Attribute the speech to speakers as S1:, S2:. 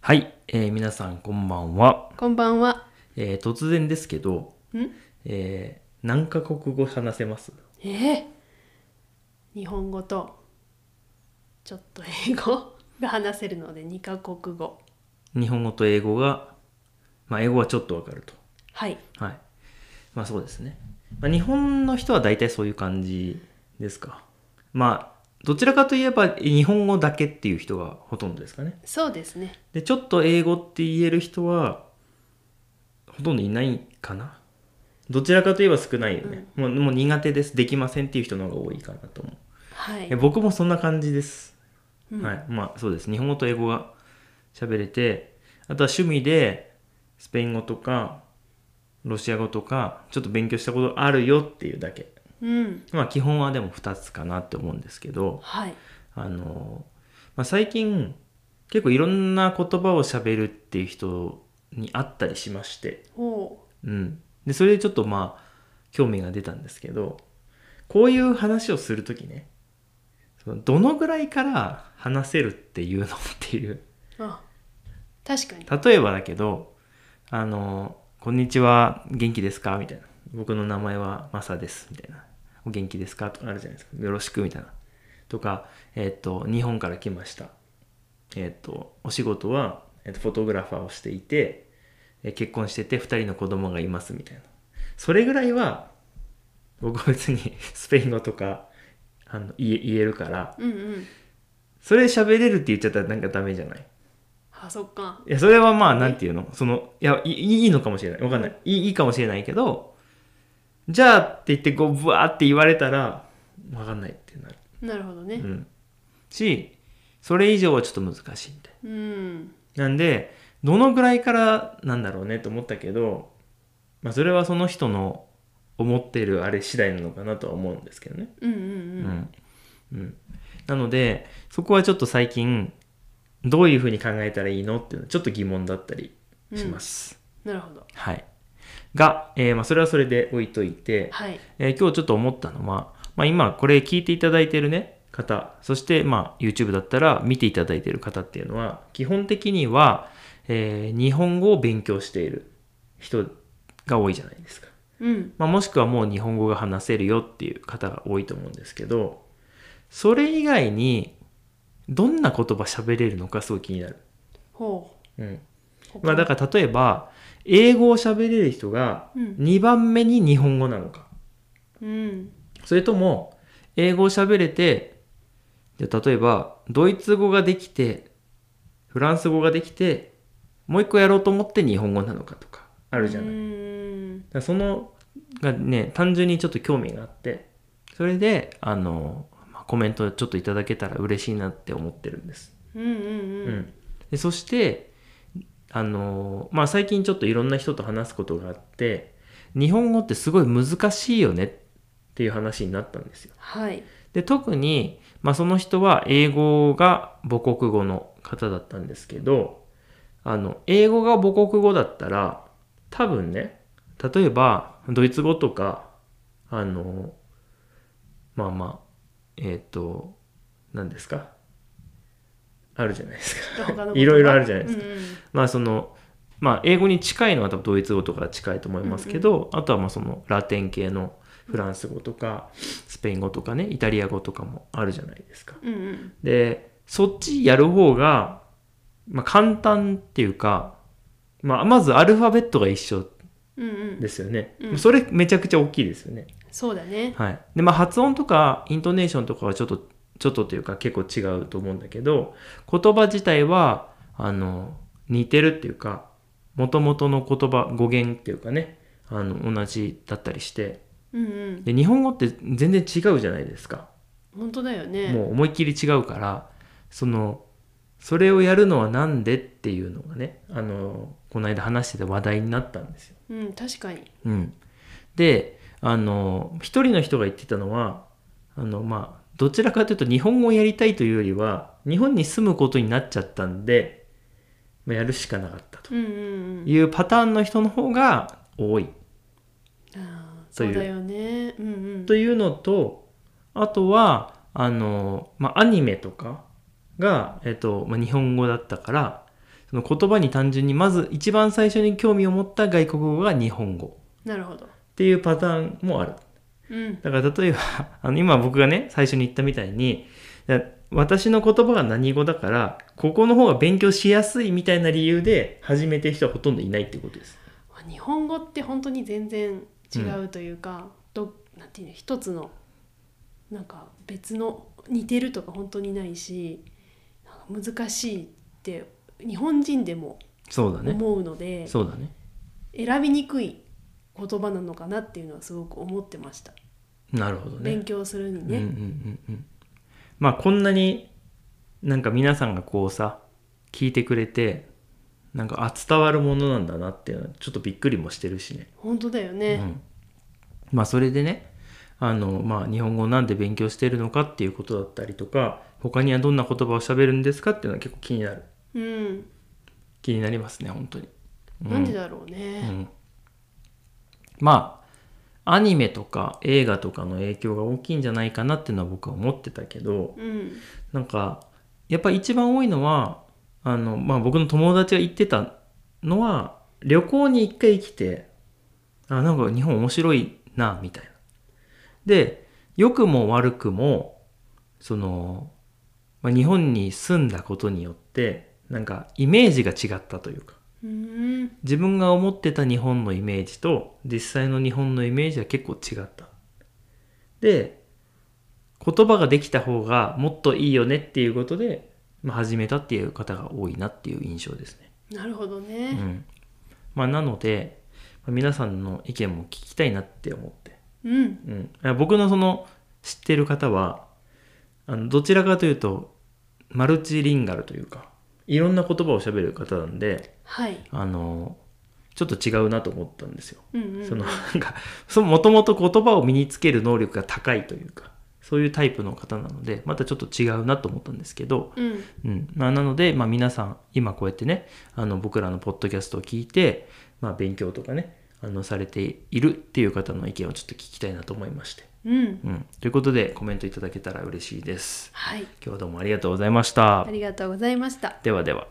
S1: はい、えー皆さんこんばんは、
S2: こんばんは。
S1: えー突然ですけど、
S2: ん
S1: えー何カ国語話せます
S2: ええ日本語とちょっと英語が話せるので2カ国語。
S1: 日本語と英語が、まあ、英語はちょっとわかる
S2: はい。
S1: とはいまあそうですね、まあ、日本の人は大体そういう感じですかまあどちらかといえば日本語だけっていう人がほとんどですかね
S2: そうですね。
S1: でちょっと英語って言える人はほとんどいないかなどちらかといえば少ないよね、もうもう苦手ですできませんっていう人の方が多いかなと思う
S2: はい
S1: え。僕もそんな感じです、
S2: うん
S1: はいまあそうです日本語と英語が喋れてあとは趣味でスペイン語とかロシア語とかちょっと勉強したことあるよっていうだけ
S2: うん。
S1: まあ基本はでも2つかなって思うんですけど
S2: はい。
S1: あの、まあ、最近結構いろんな言葉を喋るっていう人に会ったりしまして
S2: おお
S1: うんでそれでちょっとまあ興味が出たんですけどこういう話をするときねそのどのぐらいから話せるっていうのっていう
S2: ー。あ確かに。
S1: 例えばだけど「あのこんにちは元気ですか?」みたいな「僕の名前はマサです」みたいな「お元気ですか?」とかあるじゃないですか「よろしく」みたいなとか「えっ、と日本から来ました」えっ、とお仕事は、えっとフォトグラファーをしていてえー結婚してて2人の子供がいますみたいなそれぐらいは僕は別にスペイン語とかあの言え言えるから
S2: うんうん。
S1: それ喋れるって言っちゃったらなんかダメじゃない
S2: あそっか。
S1: いや、それはまあ、なんていうのその、いや、いいいのかもしれない。わかんない。いいいいかもしれないけど、じゃあって言って、こう、ブワーって言われたら、わかんないってなる。
S2: なるほど
S1: う
S2: ね。
S1: ん。し、それ以上はちょっと難しいみたい
S2: うん。
S1: な。なんで、どのぐらいからなんだろうねと思ったけど、まあ、それはその人の思ってるあれ次第なのかなとは思うんですけどね。
S2: うんうん
S1: う
S2: うん。
S1: んうん、なのでそこはちょっと最近どういうふうに考えたらいいのっていうのはちょっと疑問だったりします、
S2: なるほど。
S1: はいが、えーまあ、それはそれで置いといて、
S2: はい。
S1: えー今日ちょっと思ったのは、まあ、今これ聞いていただいてるね方そしてまあ YouTube だったら見ていただいてる方っていうのは基本的には、えー日本語を勉強している人が多いじゃないですか
S2: うん。
S1: まあ、もしくはもう日本語が話せるよっていう方が多いと思うんですけどそれ以外にどんな言葉喋れるのかすごい気になる、
S2: ほ
S1: うん
S2: う。
S1: まあ、だから例えば英語を喋れる人が
S2: うん
S1: 2番目に日本語なのか
S2: うん。
S1: それとも英語を喋れてじゃあ例えばドイツ語ができてフランス語ができてもう一個やろうと思って日本語なのかとかあるじゃない。
S2: うん
S1: だか。らそのがね単純にちょっと興味があってそれであの、まあコメントちょっといただけたら嬉しいなって思ってるんです、
S2: うんうん
S1: う
S2: うん。
S1: でそしてあの、まあ、最近ちょっといろんな人と話すことがあって日本語ってすごい難しいよねっていう話になったんですよ
S2: はい。
S1: で特に、まあ、その人は英語が母国語の方だったんですけどあの英語が母国語だったら多分ね例えばドイツ語とかあのまあまあえっ、と何ですかあるじゃないです
S2: 他の
S1: か
S2: 言葉
S1: いろいろあるじゃないですか、
S2: うんうん
S1: まあそのまあ英語に近いのは多分ドイツ語とかが近いと思いますけど、あとはまあそのラテン系のフランス語とかスペイン語とかねイタリア語とかもあるじゃないですか。
S2: うんうん
S1: でそっちやる方が、まあ、簡単っていうか、まあ、まずアルファベットが一緒
S2: うんうん
S1: ですよね、
S2: うん
S1: それめちゃくちゃ大きいですよね。
S2: そうだね
S1: はい、でまあ発音とかイントネーションとかはちょっとちょっとというか結構違うと思うんだけど言葉自体はあの似てるっていうか元々の言葉語源っていうかねあの同じだったりして
S2: うんうん
S1: で日本語って全然違うじゃないですか
S2: 本当だよね
S1: もう思いっきり違うからそのそれをやるのはなんでっていうのがねあのこの間話してて話題になったんですよ。
S2: うん確かに
S1: うん、であの一人の人が言ってたのはあのまあどちらかというと日本語をやりたいというよりは日本に住むことになっちゃったんで、まあ、やるしかなかったと
S2: うんうんうん
S1: いうパターンの人の方が多い
S2: あー
S1: と
S2: そ
S1: いう
S2: うだよねうんうん
S1: というのとあとはあの、まあ、アニメとかが、えっとまあ、日本語だったからその言葉に単純にまず一番最初に興味を持った外国語が日本語
S2: なるほど
S1: っていうパターンもある。
S2: うん
S1: だから例えば あの今僕がね最初に言ったみたいにいや私の言葉が何語だからここの方が勉強しやすいみたいな理由で始めてる人はほとんどいないっていうことです。
S2: 日本語って本当に全然違うというか、どなんていうの一つのなんか別の似てるとか本当にないしなんか難しいって日本人でも
S1: そうだね。
S2: 思うので、
S1: そうだね。
S2: 選びにくい言葉なのかなっていうのはすごく思ってました、
S1: なるほどね
S2: 勉。強するに
S1: うんうんう
S2: ね、
S1: んうん。まあこんなになんか皆さんがこうさ聞いてくれてなんかあ伝わるものなんだなっていうのはちょっとびっくりもしてるしね。
S2: 本当だよ
S1: う
S2: ね、
S1: ん、まあそれでねあの、まあ、日本語をなんで勉強してるのかっていうことだったりとか他にはどんな言葉を喋るんですかっていうのは結構気になる
S2: うん
S1: 気になりますね本当に、
S2: なんでだろう
S1: う
S2: ね、
S1: ん、まあアニメとか映画とかの影響が大きいんじゃないかなっていうのは僕は思ってたけど
S2: うん
S1: なんかやっぱ一番多いのはあの、まあ、僕の友達が言ってたのは旅行に一回来てあなんか日本面白いなみたいな。で良くも悪くもその、まあ、日本に住んだことによってなんかイメージが違ったというか
S2: うん
S1: 自分が思ってた日本のイメージと実際の日本のイメージは結構違った。で言葉ができた方がもっといいよねっていうことで、まあ、始めたっていう方が多いなっていう印象ですね。
S2: なるほど
S1: う
S2: ね、
S1: んまあ、なので、まあ皆さんの意見も聞きたいなって思って。
S2: うん、
S1: うん、いや僕のその知ってる方はあのどちらかというとマルチリンガルというかいろんな言葉を喋る方なんで。
S2: はい、
S1: あのちょっと違うなと思ったんですよ。
S2: うんうんうん、
S1: そのなんかもともと言葉を身につける能力が高いというかそういうタイプの方なのでまたちょっと違うなと思ったんですけど、
S2: うん
S1: うんまあ、なので、まあ、皆さん今こうやってねあの僕らのポッドキャストを聞いて、まあ、勉強とかねあのされているっていう方の意見をちょっと聞きたいなと思いまして。
S2: うん
S1: うん、ということでコメントいただけたら嬉しいです。
S2: はい
S1: 今日はどうもありがとうございました
S2: あ。りがとうございました
S1: ではでは。